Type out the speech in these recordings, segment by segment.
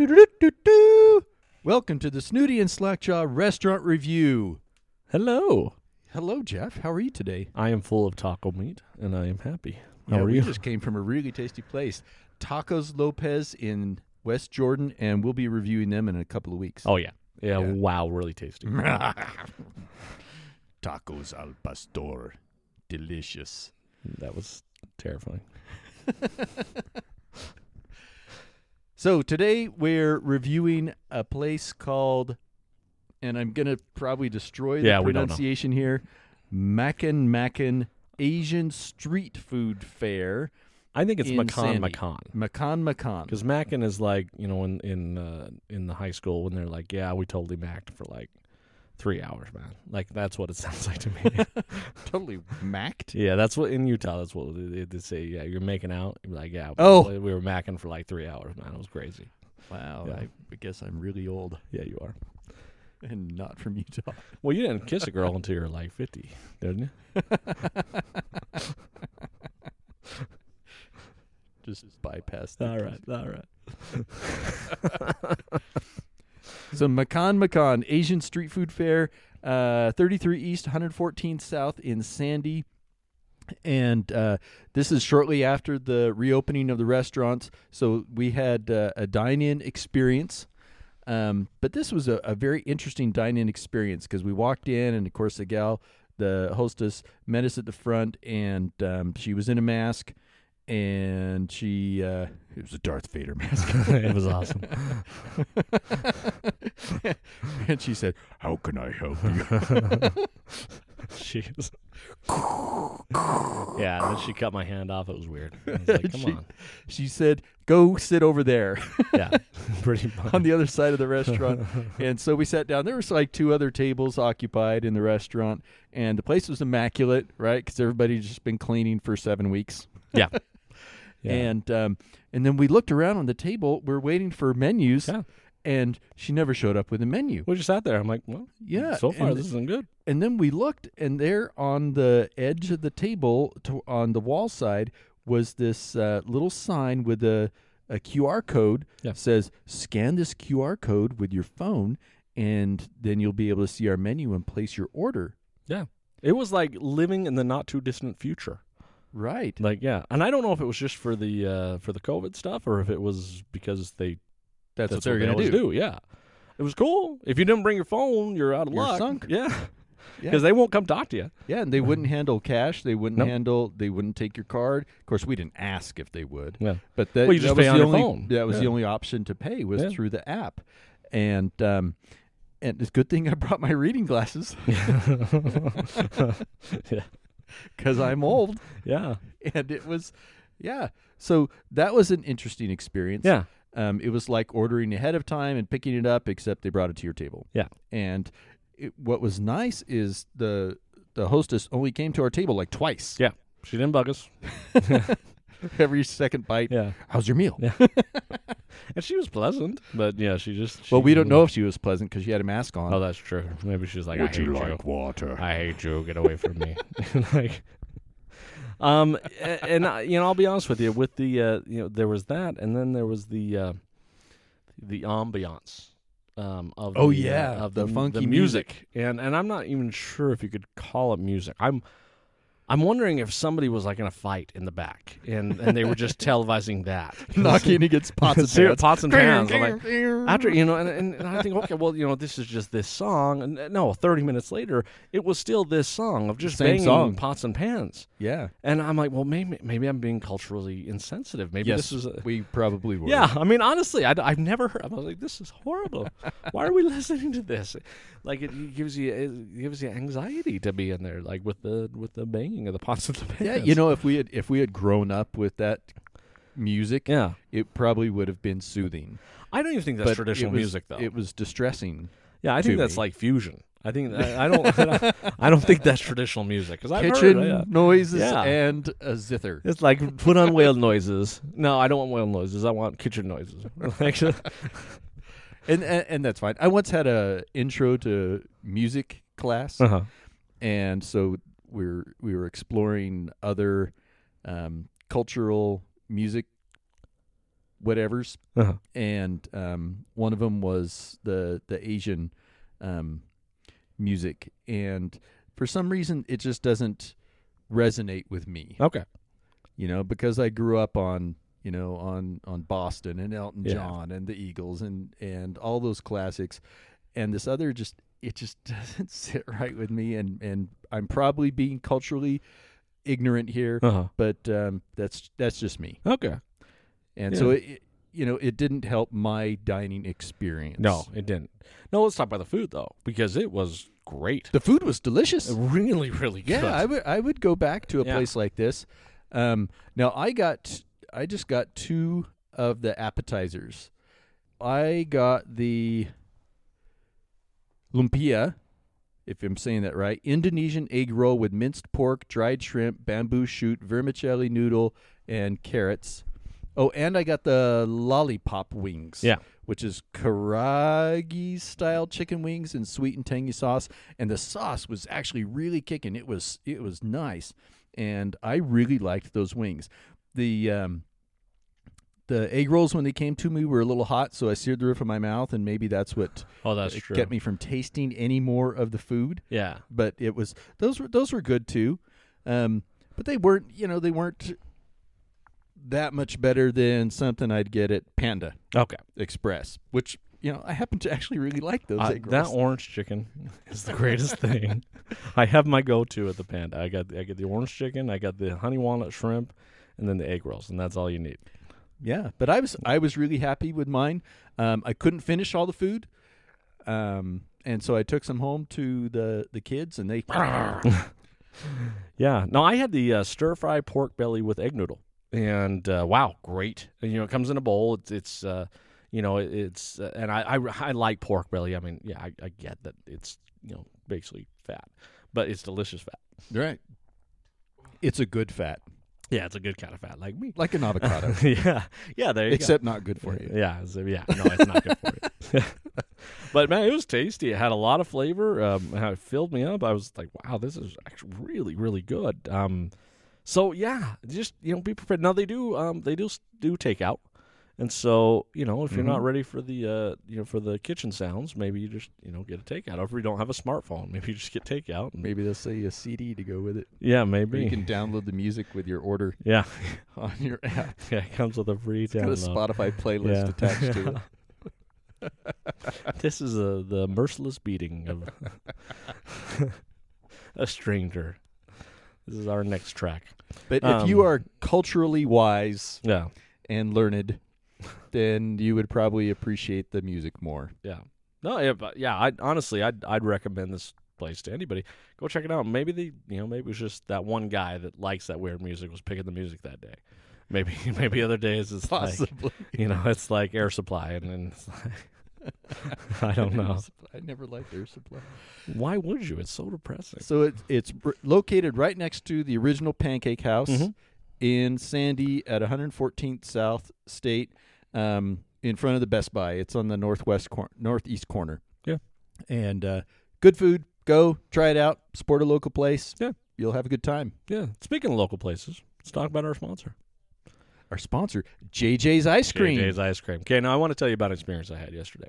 Do-do-do-do-do. Welcome to the Snooty and Slackjaw Restaurant Review. Hello. Hello, Jeff. How are you today? I am full of taco meat and I am happy. How Yeah, are we you? just came from a really tasty place, Tacos Lopez in West Jordan, and we'll be reviewing them in a couple of weeks. oh yeah. yeah. Yeah. Wow, really tasty. Tacos al pastor, delicious. that was terrifying. So today we're reviewing a place called, and I'm gonna probably destroy the Yeah, we don't know. pronunciation here, Mackin Mackin Asian Street Food Fair, I think it's Insanity. Macan Makan Macan. Makan. Because Mackin is like, you know, in in uh, in the high school when they're like, Yeah, we totally macked for like three hours, man. Like that's what it sounds like to me. totally macked. yeah, that's what in Utah that's what they, they say, yeah, you're making out. You're like, Yeah, Oh. we, we were macking for like three hours, man. It was crazy. Wow, Yeah. I, I guess I'm really old Yeah, you are. and not from Utah. Well, you didn't kiss a girl until you were like fifty, didn't you? Just bypass that. All right, all right. So Makan Makan Asian Street Food Fair, uh, 33 East, 114 South in Sandy, and uh, this is shortly after the reopening of the restaurants. So we had uh, a dine-in experience, um, but this was a, a very interesting dine-in experience because we walked in, and of course the gal, the hostess, met us at the front, and um, she was in a mask, and she uh, it was a Darth Vader mask. it was awesome. and she said, "How can I help you?" Jeez. yeah, and then she cut my hand off. It was weird. I was like, come She- on. She said, "Go sit over there Yeah, pretty much. on the other side of the restaurant." and so we sat down. There was like two other tables occupied in the restaurant, and the place was immaculate, right? Because everybody's just been cleaning for seven weeks. yeah. yeah. And um, and then we looked around on the table. We're waiting for menus, Yeah. and she never showed up with a menu. we just sat there. I'm like, well, Yeah, so far and- this isn't good. And then we looked, and there on the edge of the table, to, on the wall side, was this uh, little sign with a, a QR code. Yeah. Says, scan this QR code with your phone, and then you'll be able to see our menu and place your order. Yeah. It was like living in the not too distant future. Right. Like, yeah. And I don't know if it was just for the uh, for the COVID stuff or if it was because they That's, that's, what, they always do. Yeah. It was cool. If you didn't bring your phone, you're out of You're luck. sunk. Yeah. Yeah. Because they won't come talk to you. Yeah, and they wouldn't handle cash. They wouldn't Nope. handle. They wouldn't take your card. Of course, we didn't ask if they would. Yeah. But that, Well, you just that was pay the on your only, phone. That was the Yeah. only option to pay was Yeah. through the app, and um, and it's a good thing I brought my reading glasses yeah. because I'm old, Yeah. and it was, yeah. So that was an interesting experience. Yeah. Um, it was like ordering ahead of time and picking it up, except they brought it to your table. Yeah. And it, what was nice is the the hostess only came to our table like twice. Yeah. She didn't bug us. Every second bite. Yeah. How's your meal? Yeah. And she was pleasant, but yeah, she just. Well, she- we don't know if she was pleasant because she had a mask on. Oh, that's true. Maybe she's like, I hate Would you. you like water? I hate you. Get away from me. like, um, a- and I you know, I'll be honest with you. With the uh, you know, there was that, and then there was the uh, the ambiance. Um, of Oh, the, uh, yeah, of the m- funky music, and and I'm not even sure if you could call it music. I'm I'm wondering if somebody was like in a fight in the back, and and they were just televising that knocking against pots and Ser- pans. pots and pans. I'm like, after you know, and, and, and I think, okay, well, you know, this is just this song. And uh, no, thirty minutes later, it was still this song of just Same banging song. pots and pans. Yeah. And I'm like, well, maybe maybe I'm being culturally insensitive. Maybe Yes, this is a. we probably were. Yeah, I mean, honestly, I, have never heard. I was like, "This is horrible. Why are we listening to this?" Like, it gives you it gives you anxiety to be in there, like with the with the banging of the pots and the pans. Yeah, you know, if we had if we had grown up with that music, Yeah, it probably would have been soothing. I don't even think that's But traditional it was- music, though. It was distressing. Yeah, I think to that's me. like fusion. I think I, I don't. I don't- I don't think that's traditional music because I've Kitchen heard. Yeah. noises Yeah. and a zither. It's like put on whale noises. No, I don't want whale noises. I want kitchen noises. Actually, Uh-huh. And, and and that's fine. I once had a intro to music class uh-huh. and so we're we were exploring other um, cultural music whatevers, Uh-huh. and um, one of them was the the Asian um, music, and for some reason it just doesn't resonate with me, Okay. you know, because I grew up on you know on on Boston and Elton Yeah. John and the Eagles and and all those classics, and this other just it just doesn't sit right with me, and and I'm probably being culturally ignorant here, Uh huh. but um, that's that's just me. Okay. And Yeah. so it, it- you know, it didn't help my dining experience. No, it didn't. No, let's talk about the food though, because it was great. The food was delicious. Really, really good. Yeah, I would I would go back to a Yeah. place like this. Um, now I got I just got two of the appetizers. I got the lumpia, if I'm saying that right, Indonesian egg roll with minced pork, dried shrimp, bamboo shoot, vermicelli noodle, and carrots. Oh, and I got the lollipop wings. Yeah. Which is karagi style chicken wings and sweet and tangy sauce. And the sauce was actually really kicking. It was it was nice. And I really liked those wings. The um the egg rolls when they came to me were a little hot, so I seared the roof of my mouth and maybe that's what oh, that's it true. kept uh, me from tasting any more of the food. Yeah. But it was those were those were good too, um, but they weren't you know they weren't that much better than something I'd get at Panda Okay. Express, which you know I happen to actually really like those Uh, egg that rolls. orange chicken is the greatest thing. I have my go-to at the Panda. I got I get the orange chicken, I got the honey walnut shrimp, and then the egg rolls, and that's all you need. yeah, but I was I was really happy with mine. Um, I couldn't finish all the food, um, and so I took some home to the the kids, and they Yeah. No, I had the uh, stir fry pork belly with egg noodle, and uh, wow, great. And, you know, it comes in a bowl. It's it's uh, you know it- it's uh, and I, I I like pork belly. I mean, yeah, I, I get that it's you know basically fat, but it's delicious fat. right. It's a good fat, Yeah, it's a good kind of fat, like me. like an avocado, yeah, yeah. There you go. except not good for you. Yeah, so, yeah. No, it's not good for you. but man, it was tasty. It had a lot of flavor. Um, and it filled me up. I was like, wow, this is actually really, really good. Um, so yeah, just you know, be prepared. Now they do, um, they do s- do takeout, and so you know, if you're not Mhm. ready for the uh, you know, for the kitchen sounds, maybe you just you know get a takeout. Or if you don't have a smartphone, maybe you just get takeout. And, Maybe they'll sell you a CD to go with it. yeah, Or maybe. you can download the music with your order yeah, on your app. yeah. It comes with a free Got a download. Spotify playlist Yeah. attached to it. this is a, the merciless beating of a stranger. This is our next track. But if Um, you are culturally wise Yeah, and learned, then you would probably appreciate the music more. yeah. No, yeah, but yeah. I honestly, I'd I'd recommend this place to anybody. Go check it out. Maybe they, you know, maybe it was just that one guy that likes that weird music was picking the music that day. Maybe maybe other days it's like Possibly. you know it's like Air Supply and then it's like I don't know I never liked Air Supply. why would you? It's so depressing. So it, it's r- located right next to the original Pancake House Mhm. in Sandy at 114th South State, um, in front of the Best Buy. It's on the northwest cor- northeast corner. Yeah. and uh, good food. Go try it out. Support a local place. Yeah. you'll have a good time. Yeah. Speaking of local places, let's talk about our sponsor, Our sponsor, JJ's Ice Cream. JJ's Ice Cream. Okay, now I want to tell you about an experience I had yesterday,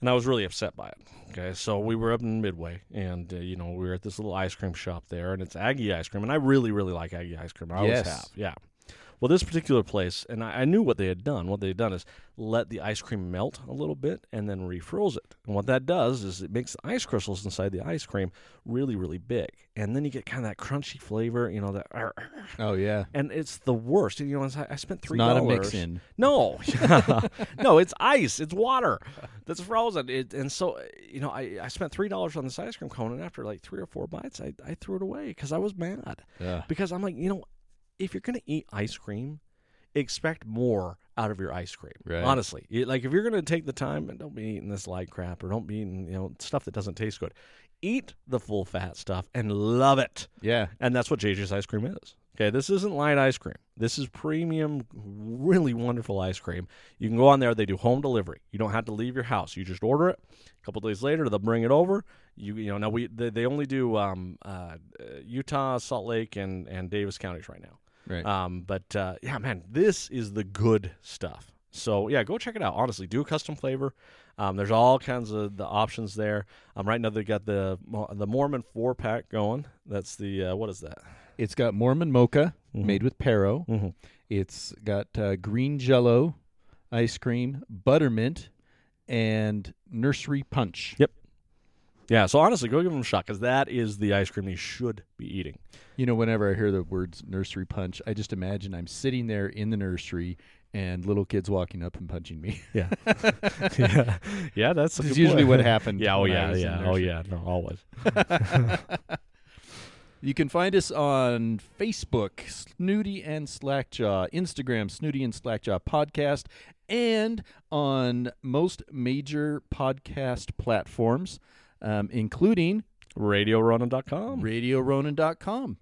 and I was really upset by it. Okay, so we were up in Midway, and uh, you know we were at this little ice cream shop there, and it's Aggie ice cream, and I really, really like Aggie ice cream. I always Yes. have. Yeah. Well, this particular place, and I, I knew what they had done. What they had done is let the ice cream melt a little bit and then refroze it. And what that does is it makes the ice crystals inside the ice cream really, really big, and then you get kind of that crunchy flavor. You know that. Oh yeah, and it's the worst. You know, it's- I spent three not dollars. a mix in. No, no, it's ice. It's water that's frozen. It, and so, you know, I, I spent three dollars on this ice cream cone, and after like three or four bites, I, I threw it away because I was mad. Uh, Because I'm like, you know, if you're gonna eat ice cream, expect more out of your ice cream. Right. Honestly, You- like if you're gonna take the time and don't be eating this light crap or don't be eating you know stuff that doesn't taste good, eat the full fat stuff and love it. yeah, And that's what JJ's ice cream is. Okay, this isn't light ice cream. This is premium, really wonderful ice cream. You can go on there. They do home delivery. You don't have to leave your house. You just order it. A couple days later, they'll bring it over. You you know now we they, they only do um, uh, uh, Utah, Salt Lake, and and Davis counties right now. Right. Um, but uh, yeah, man, this is the good stuff. So yeah, go check it out. Honestly, do a custom flavor. Um, there's all kinds of the options there. Um, right now they've got the Mo- the Mormon four pack going. That's the uh, what is that? It's got Mormon mocha Mhm. made with Paro. Mm-hmm. It's got uh, green jello ice cream, buttermint, and nursery punch. Yeah. So honestly, go give them a shot because that is the ice cream you should be eating. You know, whenever I hear the words nursery punch, I just imagine I'm sitting there in the nursery and little kids walking up and punching me. Yeah. yeah. Yeah. That's a This is good usually point. what happened. Yeah. Oh when I yeah. was in Yeah. the Oh nursery. yeah. No. Always. You can find us on Facebook, Snooty and Slackjaw, Instagram, Snooty and Slackjaw Podcast, and on most major podcast platforms, um, including RadioRonan.com. RadioRonan.com.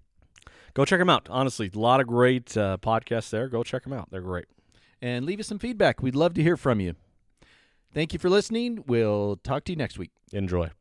Go check them out. Honestly, a lot of great uh, podcasts there. Go check them out. They're great. And leave us some feedback. We'd love to hear from you. Thank you for listening. We'll talk to you next week. Enjoy.